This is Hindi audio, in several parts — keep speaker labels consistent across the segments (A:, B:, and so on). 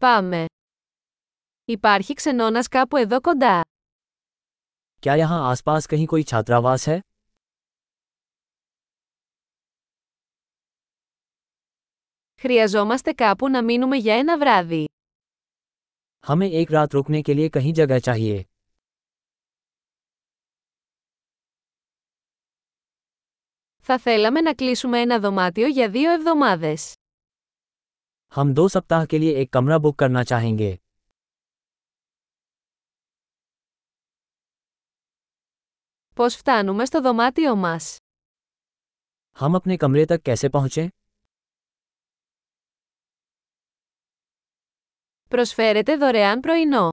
A: Πάμε. Υπάρχει ξενώνας κάπου εδώ κοντά.
B: क्या यहाँ आसपास कहीं कोई छात्रावास है
A: Χρειαζόμαστε κάπου να μείνουμε για ένα βράδυ.
B: हमें एक रात रुकने के लिए कहीं जगह चाहिए
A: Θα θέλαμε να κλείσουμε ένα δωμάτιο για δύο εβδομάδες.
B: हम दो सप्ताह के लिए एक कमरा बुक करना चाहेंगे
A: Πώς φτάνουμε στο δωμάτιο μας.
B: हम अपने कमरे तक कैसे पहुँचें
A: Προσφέρετε δωρεάν πρωινό.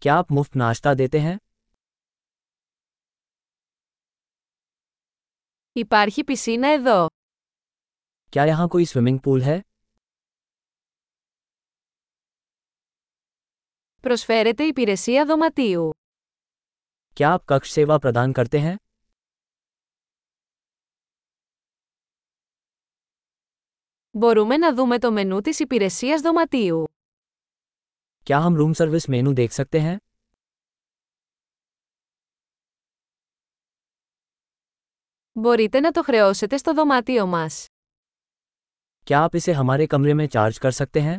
B: क्या आप मुफ्त नाश्ता देते हैं
A: Υπάρχει πισίνα εδώ.
B: क्या यहाँ कोई स्विमिंग पूल है
A: Προσφέρετε υπηρεσία δωματίου.
B: क्या आप कक्ष सेवा प्रदान करते हैं
A: Μπορούμε να δούμε το μενού της υπηρεσίας δωματίου.
B: क्या हम रूम सर्विस मेनू देख सकते हैं
A: Μπορείτε να το χρεώσετε στο δωμάτιο μας.
B: क्या आप इसे हमारे कमरे में चार्ज कर सकते हैं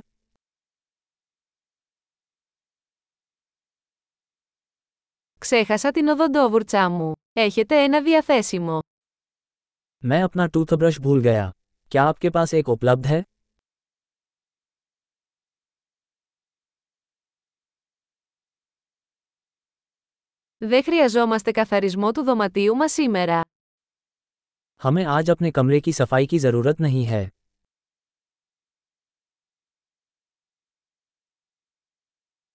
A: Ξέχασα την οδοντόβουρτσά μου. Έχετε ένα διαθέσιμο.
B: मैं अपना टूथब्रश भूल गया क्या आपके पास एक उपलब्ध है
A: Δεν χρειαζόμαστε καθαρισμό του δωματίου μας σήμερα.
B: हमें आज अपने कमरे की सफाई की ज़रूरत नहीं है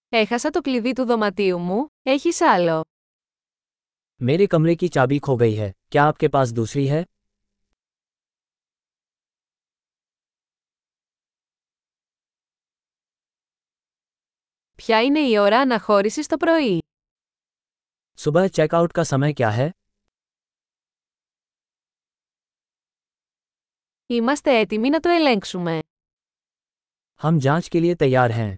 A: Έχασα το κλειδί του δωματίου μου, έχεις άλλο.
B: मेरे कमरे की चाबी खो गई है क्या आपके पास दूसरी है
A: Ποια είναι η ώρα αναχώρησης το πρωί.
B: सुबह चेकआउट का समय क्या है
A: Είμαστε έτοιμοι να το ελέγξουμε.
B: हम जांच के लिए तैयार हैं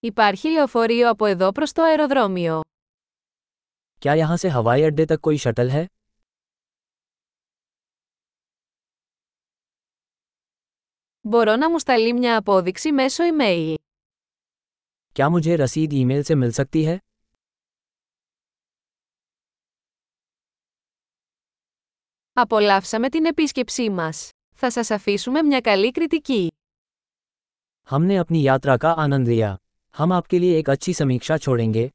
A: Υπάρχει λεωφορείο από εδώ προς το αεροδρόμιο.
B: क्या यहाँ से हवाई अड्डे तक कोई शटल है
A: Μπορώ να μου σταλεί μια απόδειξη μέσω email.
B: क्या मुझे रसीद ईमेल से मिल सकती है
A: Απολαύσαμε την επίσκεψή μας. Θα σας αφήσουμε μια καλή κριτική.
B: हमने अपनी यात्रा का आनंद लिया हम आपके लिए एक अच्छी समीक्षा छोड़ेंगे